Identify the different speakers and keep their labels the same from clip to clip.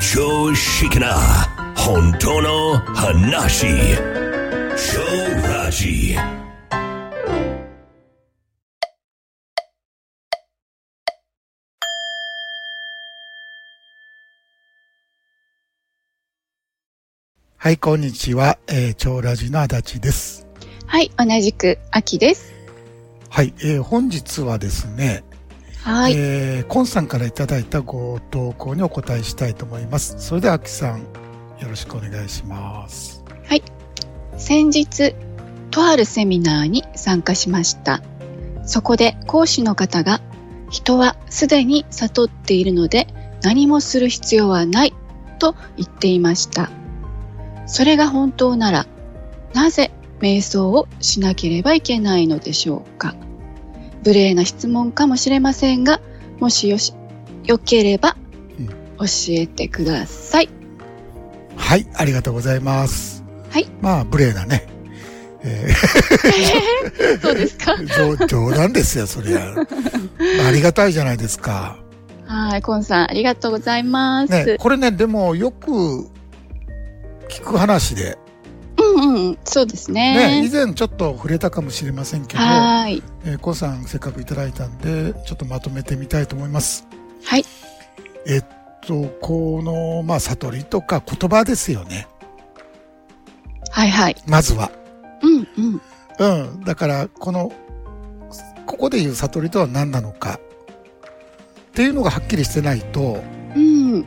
Speaker 1: 常識な本当の話超ラジ
Speaker 2: はい、こんにちは。えー、超ラジの足立です。
Speaker 3: はい、同じく秋です。
Speaker 2: はい、えー、本日はですね、
Speaker 3: はい、
Speaker 2: えー、コンさんからいただいたご投稿にお答えしたいと思います。それでは、秋さん、よろしくお願いします。
Speaker 3: 先日とあるセミナーに参加しました。そこで講師の方が人はすでに悟っているので何もする必要はないと言っていました。それが本当ならなぜ瞑想をしなければいけないのでしょうか。無礼な質問かもしれませんが、もしよし、よければ
Speaker 2: うん
Speaker 3: 教えてください。
Speaker 2: はい、ありがとうございます。
Speaker 3: はい。
Speaker 2: まあ、無礼なね。え
Speaker 3: どうですか
Speaker 2: ー 冗冗談ですよ、そりゃ。ありがたいじゃないですか。
Speaker 3: はい、コンさん、ありがとうございます。
Speaker 2: ね、これね、でも、よく、聞く話で、
Speaker 3: うんうん、そうです
Speaker 2: ね、
Speaker 3: ね。
Speaker 2: 以前ちょっと触れたかもしれませんけど、
Speaker 3: はーい。
Speaker 2: えー、コウさんせっかくいただいたんで、ちょっとまとめてみたいと思います。
Speaker 3: はい。
Speaker 2: えっと、この、まあ、悟りとか言葉ですよね。
Speaker 3: はいはい。
Speaker 2: まずは。
Speaker 3: うんうん。
Speaker 2: うん。だから、この、ここで言う悟りとは何なのか。っていうのがはっきりしてないと、
Speaker 3: うん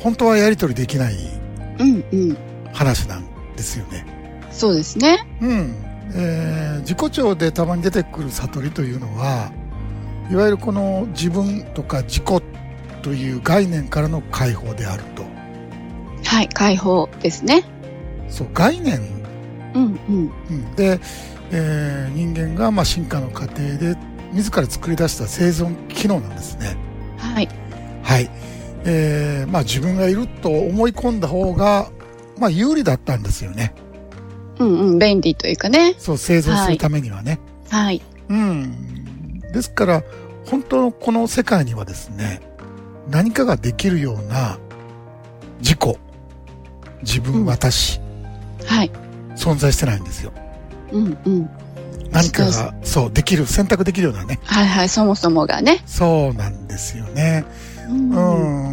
Speaker 2: 本当はやりとりできない
Speaker 3: うんうん。
Speaker 2: 話なんですよね。
Speaker 3: そうですね。
Speaker 2: うん。えー自己調でたまに出てくる悟りというのは、いわゆるこの自分とか自己という概念からの解放であると。
Speaker 3: はい、解放ですね。
Speaker 2: そう概念、
Speaker 3: うんうん。
Speaker 2: うんで、えー人間がまあ進化の過程で自ら作り出した生存機能なんですね
Speaker 3: はい。
Speaker 2: はい、えーまあ、自分がいると思い込んだ方が、まあ、有利だったんですよね
Speaker 3: うんうん、便利というかね。
Speaker 2: そう生存するためにはね、
Speaker 3: はい。
Speaker 2: うんですから本当のこの世界にはですね何かができるような自己自分、
Speaker 3: うん
Speaker 2: 私
Speaker 3: はい。
Speaker 2: 存在してないんですよ
Speaker 3: うんうん。
Speaker 2: 何かがそうできる選択できるようなね
Speaker 3: はいはい、そもそもがね。
Speaker 2: そうなんですよね。
Speaker 3: うん
Speaker 2: う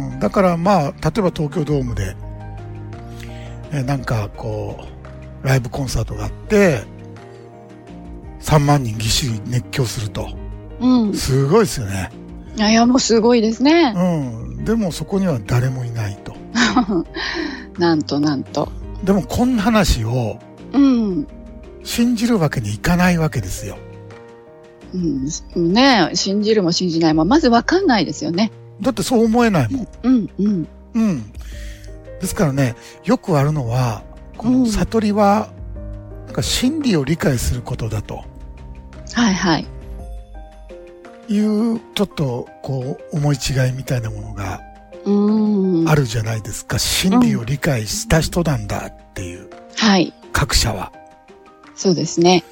Speaker 3: うん。
Speaker 2: ん。だからまあ、例えば東京ドームで、えーなんかこう、ライブコンサートがあって、3万人ぎっしり熱狂すると。
Speaker 3: うん。い
Speaker 2: すごいですよね。
Speaker 3: やいや、もうすごいですね。
Speaker 2: うん。でもそこには誰もいないと。
Speaker 3: なんとなんと。
Speaker 2: でもこんな話を
Speaker 3: うん。
Speaker 2: 信じるわけにいかないわけですよ。
Speaker 3: うん、ね信じるも信じないも、まずわかんないですよね。
Speaker 2: だってそう思えないもん。
Speaker 3: うんうん。
Speaker 2: うん。ですからね、よくあるのは、こ
Speaker 3: う
Speaker 2: の
Speaker 3: ん
Speaker 2: 悟りは、なんか真理を理解することだと
Speaker 3: はいはい。
Speaker 2: いう、ちょっと、こう、思い違いみたいなものが
Speaker 3: うん。
Speaker 2: あるじゃないですか。真理を理解した人なんだっていう、
Speaker 3: はい。
Speaker 2: 各社は。
Speaker 3: そうですね。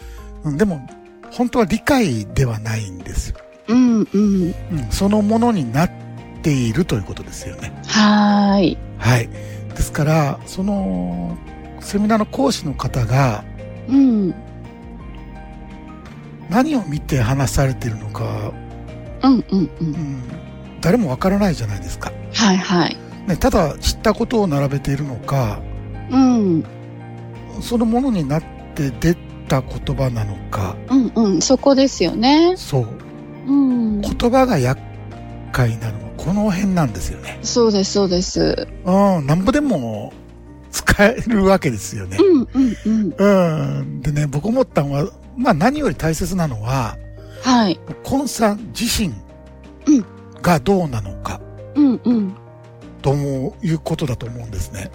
Speaker 2: うんでも、本当は理解ではないんですよ。
Speaker 3: うんうん。
Speaker 2: うん、そのものになっているということですよね。
Speaker 3: はーい。
Speaker 2: はい。ですから、その、セミナーの講師の方が、
Speaker 3: うん。
Speaker 2: 何を見て話されているのか
Speaker 3: うんうんう。
Speaker 2: うんん誰もわからないじゃないですか、
Speaker 3: はいはい。
Speaker 2: ね、ただ知ったことを並べているのか
Speaker 3: うん。
Speaker 2: そのものになって出た言葉なのか
Speaker 3: うんうん。そこですよね。
Speaker 2: そう
Speaker 3: うん。
Speaker 2: 言葉が厄介なのはこの辺なんですよね
Speaker 3: そうですそうです。
Speaker 2: うんなんぼでも使えるわけですよね
Speaker 3: うんうんうん。
Speaker 2: うんでね僕思ったのはまあ何より大切なのは
Speaker 3: はい。
Speaker 2: コンさん自身
Speaker 3: うん
Speaker 2: がどうなのか
Speaker 3: うんうん。
Speaker 2: ということだと思うんですね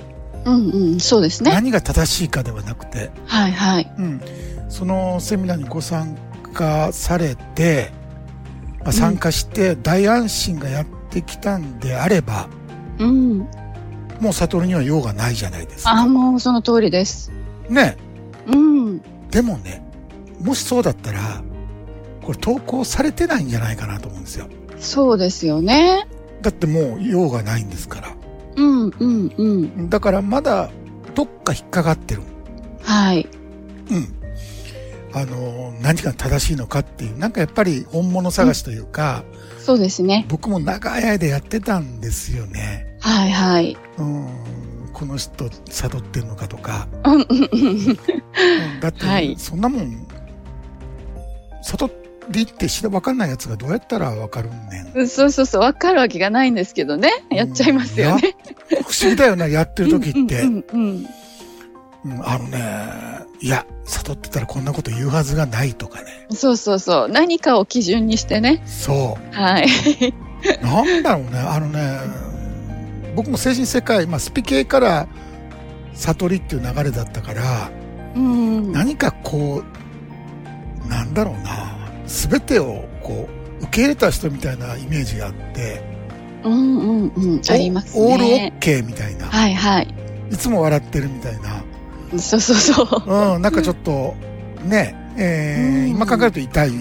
Speaker 3: うんうん。そうですね。
Speaker 2: 何が正しいかではなくて
Speaker 3: はいはい。
Speaker 2: うん、そのセミナーにご参加されて、まあ、参加して大安心がやってきたんであれば、
Speaker 3: うん。
Speaker 2: もう悟りには用がないじゃないですか。
Speaker 3: あ、もうその通りです。
Speaker 2: ね。
Speaker 3: うん。
Speaker 2: でもね、もしそうだったら、これ投稿されてないんじゃないかなと思うんですよ。
Speaker 3: そうですよね。
Speaker 2: だってもう用がないんですから。
Speaker 3: うんうんうん。
Speaker 2: だからまだどっか引っかかってる。
Speaker 3: はい。
Speaker 2: うん。あの、何が正しいのかっていう、なんかやっぱり本物探しというか、
Speaker 3: そうですね。
Speaker 2: 僕も長い間やってたんですよね。
Speaker 3: はいはい。
Speaker 2: うん。この人辿ってんのかと か。
Speaker 3: うんうんうん。
Speaker 2: うんだって、
Speaker 3: はい
Speaker 2: そんなもん、悟りって知らわかんないやつがどうやったらわかるんねん。
Speaker 3: うんそうそうそう、わかるわけがないんですけどね。 やっちゃいますよね。
Speaker 2: 不思議だよな、やってる時って。
Speaker 3: うんう
Speaker 2: う
Speaker 3: ん
Speaker 2: んあのね、いや、悟ってたらこんなこと言うはずがないとかね。
Speaker 3: うん。そうそうそう。何かを基準にしてね。
Speaker 2: そ
Speaker 3: はい。
Speaker 2: う。なんだろうね、あのね、僕も精神世界、まあ、スピ系から悟りっていう流れだったから、
Speaker 3: うん。
Speaker 2: 何かこう、なんだろうな、すべてをこう、受け入れた人みたいなイメージがあって、
Speaker 3: うんうんうん。ありますね。
Speaker 2: オールオッケーみたいな。
Speaker 3: はいはい。
Speaker 2: いつも笑ってるみたいな。
Speaker 3: そうそうそう。
Speaker 2: うん、なんかちょっと、ね、えー、
Speaker 3: うん
Speaker 2: 今考えると痛い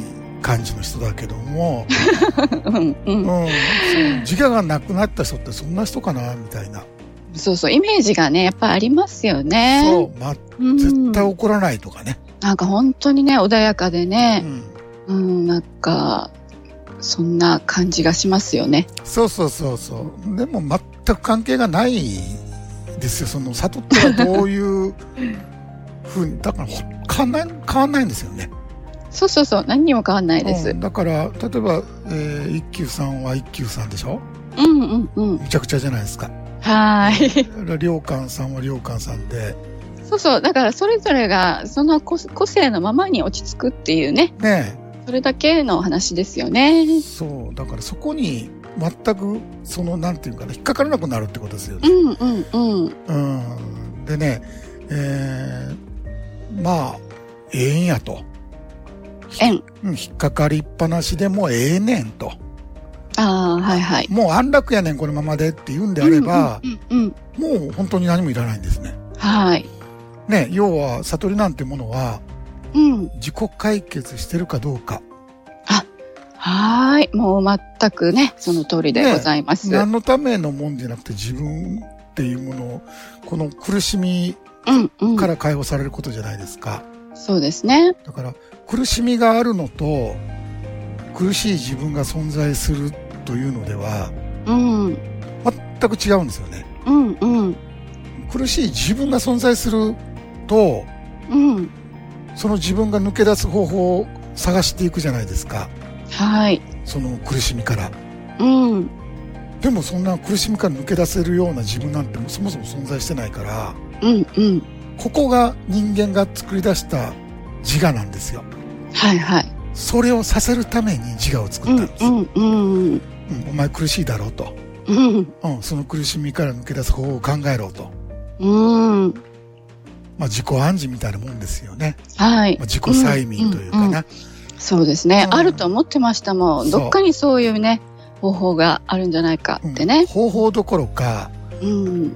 Speaker 2: 感じの人だけど も、
Speaker 3: うんう
Speaker 2: うん、
Speaker 3: ん。
Speaker 2: そう自我がなくなった人ってそんな人かな、みたいな。
Speaker 3: そうそう。イメージがね、やっぱありますよね。
Speaker 2: そう、ま、
Speaker 3: うん。
Speaker 2: 絶対怒らないとかね。
Speaker 3: なんか本当にね、穏やかで
Speaker 2: う
Speaker 3: ね、
Speaker 2: ん。
Speaker 3: うん、なんか、そんな感じがしますよね。
Speaker 2: そうそうそうそう。でも全く関係がないですよ。その、悟ったらどう いうふうに、だからほ変わんない、変わんないんですよね。
Speaker 3: そうそうそう、何にも変わんないです。う
Speaker 2: うんん、だから、例えば、えー、一休さんは一休さんでしょ
Speaker 3: うんうん。
Speaker 2: むちゃくちゃじゃないですか。
Speaker 3: はーい。
Speaker 2: 良寛さんは良寛さんで、
Speaker 3: そうそう、だからそれぞれがその個個性のままに落ち着くっていうね、
Speaker 2: ね
Speaker 3: それだけのお話ですよね。
Speaker 2: えそう、だからそこに全く、その、なんていうかな、引っかからなくなるってことですよ
Speaker 3: う
Speaker 2: ね。
Speaker 3: んうんうん。
Speaker 2: うん。でね、えー、まあ、ええんやと。
Speaker 3: 縁。
Speaker 2: うん、引っかかりっぱなしでもうええねんと。
Speaker 3: ああ、はいはい。
Speaker 2: もう安楽やねん、このままでって言うんであれば、
Speaker 3: うんうんうん、
Speaker 2: もう本当に何もいらないんですね。
Speaker 3: はい。
Speaker 2: ね、要は、悟りなんてものは、
Speaker 3: うん。
Speaker 2: 自己解決してるかどうか。
Speaker 3: はーい。もう全くね、その通りでございます。
Speaker 2: 何のためのもんじゃなくて自分っていうものを、この苦しみ
Speaker 3: うんうん。
Speaker 2: から解放されることじゃないですか。
Speaker 3: そうですね。
Speaker 2: だから、苦しみがあるのと、苦しい自分が存在するというのでは、
Speaker 3: うん。
Speaker 2: 全く違うんですよね。
Speaker 3: うんうん。
Speaker 2: 苦しい自分が存在すると、
Speaker 3: うん。
Speaker 2: その自分が抜け出す方法を探していくじゃないですか。
Speaker 3: はい。
Speaker 2: その苦しみから。
Speaker 3: うん。
Speaker 2: でもそんな苦しみから抜け出せるような自分なんてもうそもそも存在してないから、
Speaker 3: うんうん。
Speaker 2: ここが人間が作り出した自我なんですよ。
Speaker 3: はいはい。
Speaker 2: それをさせるために自我を作ったんです。
Speaker 3: うんうん
Speaker 2: うんお前苦しいだろうと。
Speaker 3: うん。
Speaker 2: うん、その苦しみから抜け出す方法を考えろと。
Speaker 3: うん。うん。
Speaker 2: まあ自己暗示みたいなもんですよね。
Speaker 3: はい
Speaker 2: まあ、。自己催眠というかな。
Speaker 3: うんうんそうですね。
Speaker 2: うん
Speaker 3: あると思ってましたも。
Speaker 2: そうん
Speaker 3: どっかにそういうね、方法があるんじゃないかって
Speaker 2: うん
Speaker 3: ね。
Speaker 2: 方法どころか、
Speaker 3: うん。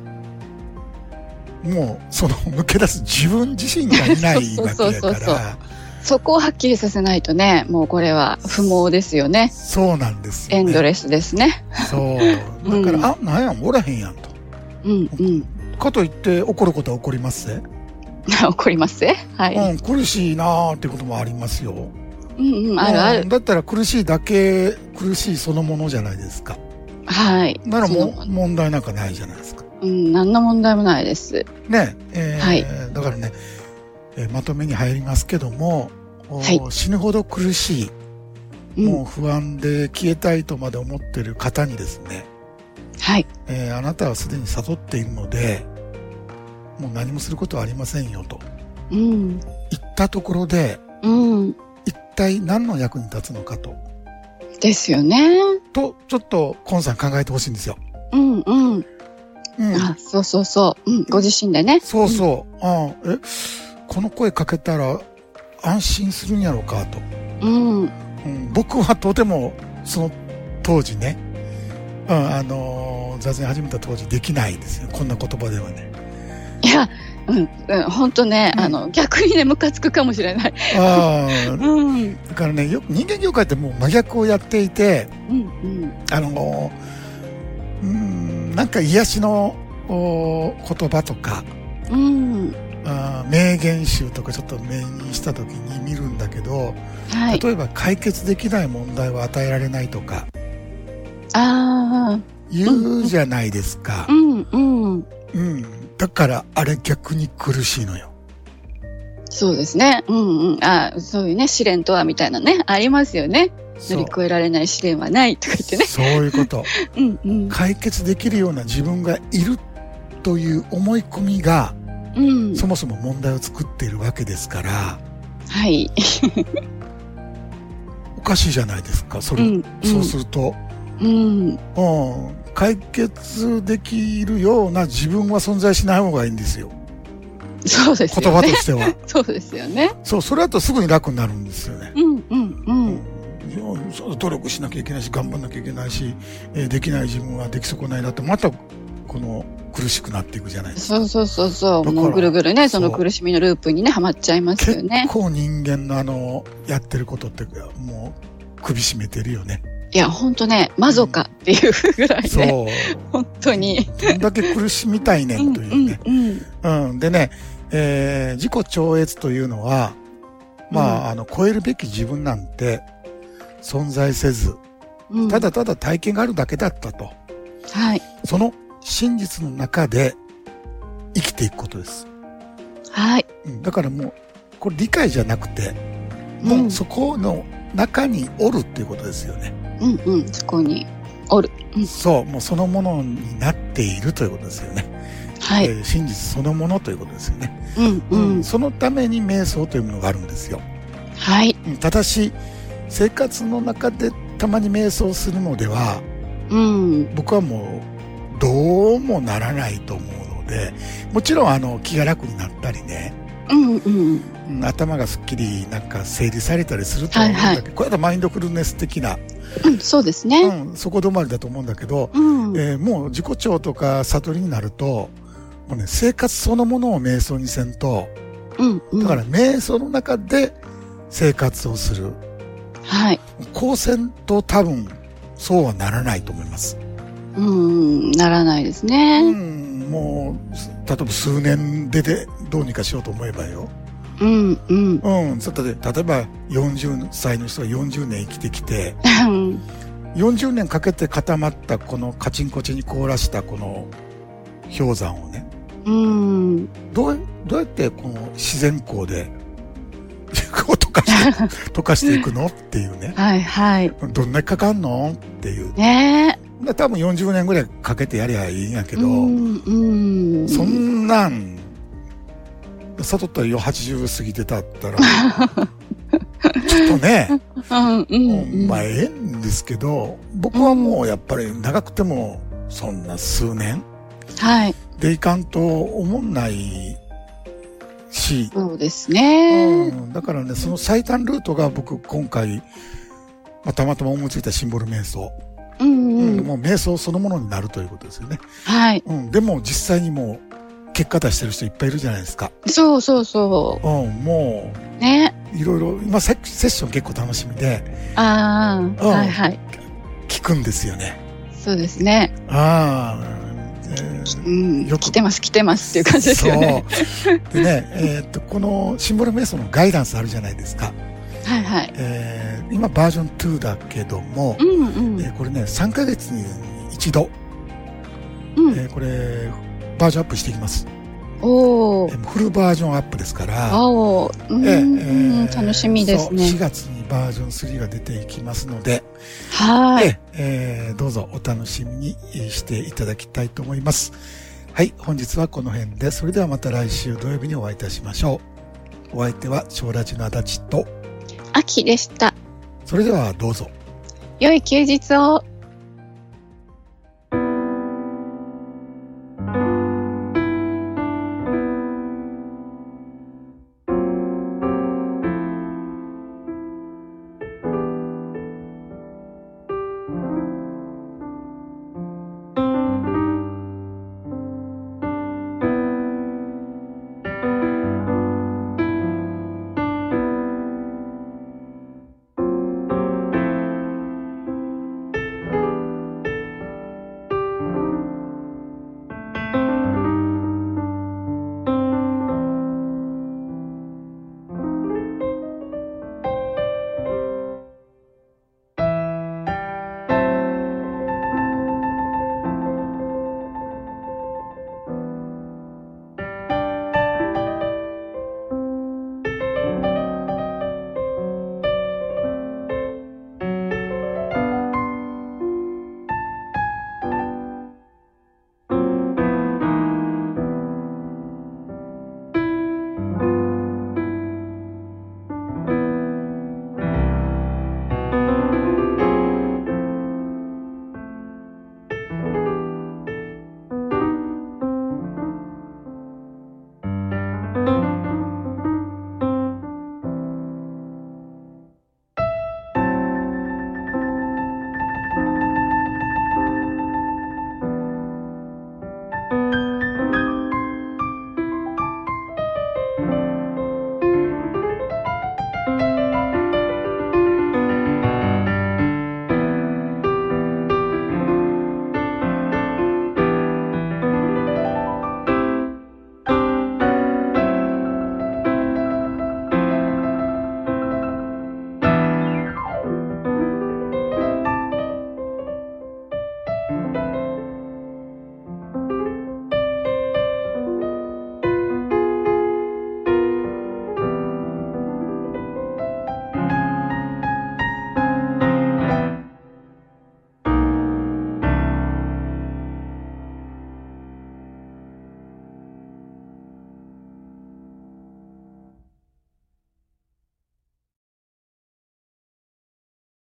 Speaker 2: もうその抜け出す自分自身がいない
Speaker 3: そう
Speaker 2: わけ
Speaker 3: そう
Speaker 2: だ
Speaker 3: そうそう
Speaker 2: から、
Speaker 3: そこをはっきりさせないとね、もうこれは不毛ですよね。
Speaker 2: そうなんですよ、
Speaker 3: エ
Speaker 2: ね。
Speaker 3: ンドレスですね。
Speaker 2: そう。だから、
Speaker 3: うん
Speaker 2: あ、なんやん、おらへんやんと。
Speaker 3: うんうん。
Speaker 2: かといって怒ることは怒りますぜ。
Speaker 3: 怒りますね。はい。
Speaker 2: うん、苦しいなーってこともありますよ。
Speaker 3: うんうん。あるあ
Speaker 2: う
Speaker 3: る
Speaker 2: ん。だったら苦しいだけ、苦しいそのものじゃないですか。
Speaker 3: はい。
Speaker 2: ならも
Speaker 3: そうの
Speaker 2: 問題なんかないじゃないですか。
Speaker 3: うん。何の問題もないです。
Speaker 2: ね、えー
Speaker 3: はい
Speaker 2: だからね、えーまとめに入りますけども、おー死ぬほど苦しい、
Speaker 3: うん
Speaker 2: もう。不安で消えたいとまで思ってる方にですね、
Speaker 3: はい。
Speaker 2: えーあなたはすでに悟っているので、もう何もすることはありませんよと
Speaker 3: う
Speaker 2: 言
Speaker 3: ん。
Speaker 2: ったところで、
Speaker 3: うん。
Speaker 2: 一体何の役に立つのかと、
Speaker 3: ですよね。
Speaker 2: と、ちょっとコンさん考えてほしいんですよ。
Speaker 3: うんうん。
Speaker 2: うん。
Speaker 3: あ、そうそうそう。うん。ご自身でね。
Speaker 2: そうそう。ああえ、この声かけたら安心するんやろうかと。
Speaker 3: うん。
Speaker 2: うん、僕はとても、その当時ね、うん、あのー座禅始めた当時できないんですよ。こんな言葉ではね。
Speaker 3: いや、うん、うん、本当ね、
Speaker 2: うん
Speaker 3: あの、逆にね、ムカつくかもしれない。
Speaker 2: ああ、
Speaker 3: うん、
Speaker 2: だからね、よく人間業界ってもう真逆をやっていて、
Speaker 3: うん、
Speaker 2: あのーうーん、なんか癒しのお言葉とか
Speaker 3: うん。
Speaker 2: あー名言集とかちょっと目にした時に見るんだけど
Speaker 3: はい。
Speaker 2: 例えば解決できない問題を与えられないとか
Speaker 3: あ
Speaker 2: 言うじゃないですか
Speaker 3: あ。う、んうん。
Speaker 2: うん、だからあれ逆に苦しいのよ
Speaker 3: そうですね。うんうん。ああ、そういうね、試練とはみたいなね、ありますよね。乗り越えられない試練はないとか言ってね。
Speaker 2: そういうこと
Speaker 3: うんう ん。
Speaker 2: 解決できるような自分がいるという思い込みが
Speaker 3: うん。
Speaker 2: そもそも問題を作っているわけですから
Speaker 3: はい。
Speaker 2: おかしいじゃないですかそうれ、
Speaker 3: ん。
Speaker 2: そうすると、
Speaker 3: うん。
Speaker 2: うん、解決できるような自分は存在しない方がいいんですよ
Speaker 3: そうです
Speaker 2: 言
Speaker 3: よ
Speaker 2: 葉と
Speaker 3: ね。
Speaker 2: しては
Speaker 3: そうですよね。
Speaker 2: そうそれだとすぐに楽になるんですよね
Speaker 3: うんうんうん。
Speaker 2: いやそう努力しなきゃいけないし頑張んなきゃいけないし、えーできない自分はでき損ないなってまたこの苦しくなっていくじゃないですか
Speaker 3: そうそうそうそ
Speaker 2: だ
Speaker 3: う。
Speaker 2: から
Speaker 3: もうぐるぐるね、その
Speaker 2: そう
Speaker 3: 苦しみのループにね、はまっちゃいますよ
Speaker 2: 結
Speaker 3: ね。
Speaker 2: 構人間のあのやってることってもう首絞めてるよ ね
Speaker 3: いや、ほんとね、魔族かっていうぐらい
Speaker 2: そ
Speaker 3: ね、
Speaker 2: う
Speaker 3: 本当に。
Speaker 2: どんだけ苦しみたいね
Speaker 3: うん
Speaker 2: んというね
Speaker 3: うんうん。
Speaker 2: うん、でね、えー自己超越というのは、まあ、あの、超えるべき自分なんて存在せず、
Speaker 3: うん
Speaker 2: ただただ体験があるだけだったと。
Speaker 3: はい。
Speaker 2: その真実の中で生きていくことです。
Speaker 3: はい。
Speaker 2: うん、だからもう、これ理解じゃなくて、
Speaker 3: う
Speaker 2: もうんそこの中におるっていうことですよね。
Speaker 3: うんうん。そこにおる。うん
Speaker 2: そう、もうそのものになっているということですよね。
Speaker 3: は
Speaker 2: え
Speaker 3: い。
Speaker 2: ー真実そのものということですよね。
Speaker 3: うんうん。
Speaker 2: そのために瞑想というものがあるんですよ。
Speaker 3: はい。
Speaker 2: うんただし生活の中でたまに瞑想するのでは
Speaker 3: うん。
Speaker 2: 僕はもうどうもならないと思うのでもちろんあの気が楽になったりね、
Speaker 3: うんうん。
Speaker 2: うん頭がすっきりなんか整理されたりするとは思うんだけど、これだとマインドフルネス的な、
Speaker 3: うん。そうですね。
Speaker 2: うん、そこ止まりだと思うんだけど、
Speaker 3: うん。
Speaker 2: えーもう自己調とか悟りになるともうね生活そのものを瞑想にせんと
Speaker 3: うんうん。
Speaker 2: だから瞑想の中で生活をする。
Speaker 3: はい。
Speaker 2: 高専と多分そうはならないと思います。
Speaker 3: うん。ならないですね。
Speaker 2: うん、もうす例えば数年ででどうにかしようと思えばよ。
Speaker 3: うんうん。
Speaker 2: うん、そう例えば例えば40歳の人が40年生きてきて、
Speaker 3: うん
Speaker 2: 40年かけて固まったこのカチンコチンに凍らしたこの氷山をね、
Speaker 3: うん。
Speaker 2: どうどうやってこの自然光でこう溶かして 溶かしていくのっていうね。
Speaker 3: はいはい。
Speaker 2: どんなにかかんのっていう。
Speaker 3: ね
Speaker 2: だ多分40年ぐらいかけてやりゃいいんや
Speaker 3: え。
Speaker 2: けど、
Speaker 3: うんうん。
Speaker 2: そんなん、悟ったよ、80過ぎてたったら、 ちょっとね、
Speaker 3: うんう。
Speaker 2: もうんまあええんですけど、僕はもうやっぱり長くても、そんな数年
Speaker 3: はい。
Speaker 2: でいかんと思んないし、
Speaker 3: そうです
Speaker 2: う
Speaker 3: ね。
Speaker 2: ん、だからね、その最短ルートが僕今回、まあたまたま思いついたシンボル瞑想、
Speaker 3: うん
Speaker 2: う
Speaker 3: うんん。
Speaker 2: もう瞑想そのものになるということですよね。
Speaker 3: はい。
Speaker 2: うん、でも実際にもう結果出してる人いっぱいいるじゃないですか。
Speaker 3: そうそうそ
Speaker 2: うん、も
Speaker 3: う。ね。
Speaker 2: ういろいろ、今セセッション結構楽しみで
Speaker 3: ああ。はいはい。
Speaker 2: 聞くんですよね。
Speaker 3: そうですね。
Speaker 2: ああ、えー
Speaker 3: うん。
Speaker 2: よく
Speaker 3: 来てます来てますっていう感じですよね。
Speaker 2: そう。でね、えーっと、このシンボル瞑想のガイダンスあるじゃないですか。
Speaker 3: はいはい。
Speaker 2: えー今バージョン2だけども
Speaker 3: う、んう
Speaker 2: え
Speaker 3: ん。
Speaker 2: ーこれね、3ヶ月に一度、
Speaker 3: うん。
Speaker 2: えーこれ、バージョンアップしていきます。
Speaker 3: お
Speaker 2: え
Speaker 3: ー。
Speaker 2: ーフルバージョンアップですから、
Speaker 3: 青。うん
Speaker 2: ええ
Speaker 3: うん。
Speaker 2: ええ
Speaker 3: 楽しみです
Speaker 2: そう4
Speaker 3: ね。
Speaker 2: 月にバージョン3が出ていきますので、
Speaker 3: はい。
Speaker 2: えええーどうぞお楽しみにしていただきたいと思います。はい、本日はこの辺で、それではまた来週土曜日にお会いいたしましょう。お相手は小ラジの足立と、
Speaker 3: 秋でした。
Speaker 2: それではどうぞ。
Speaker 3: 良い休日を。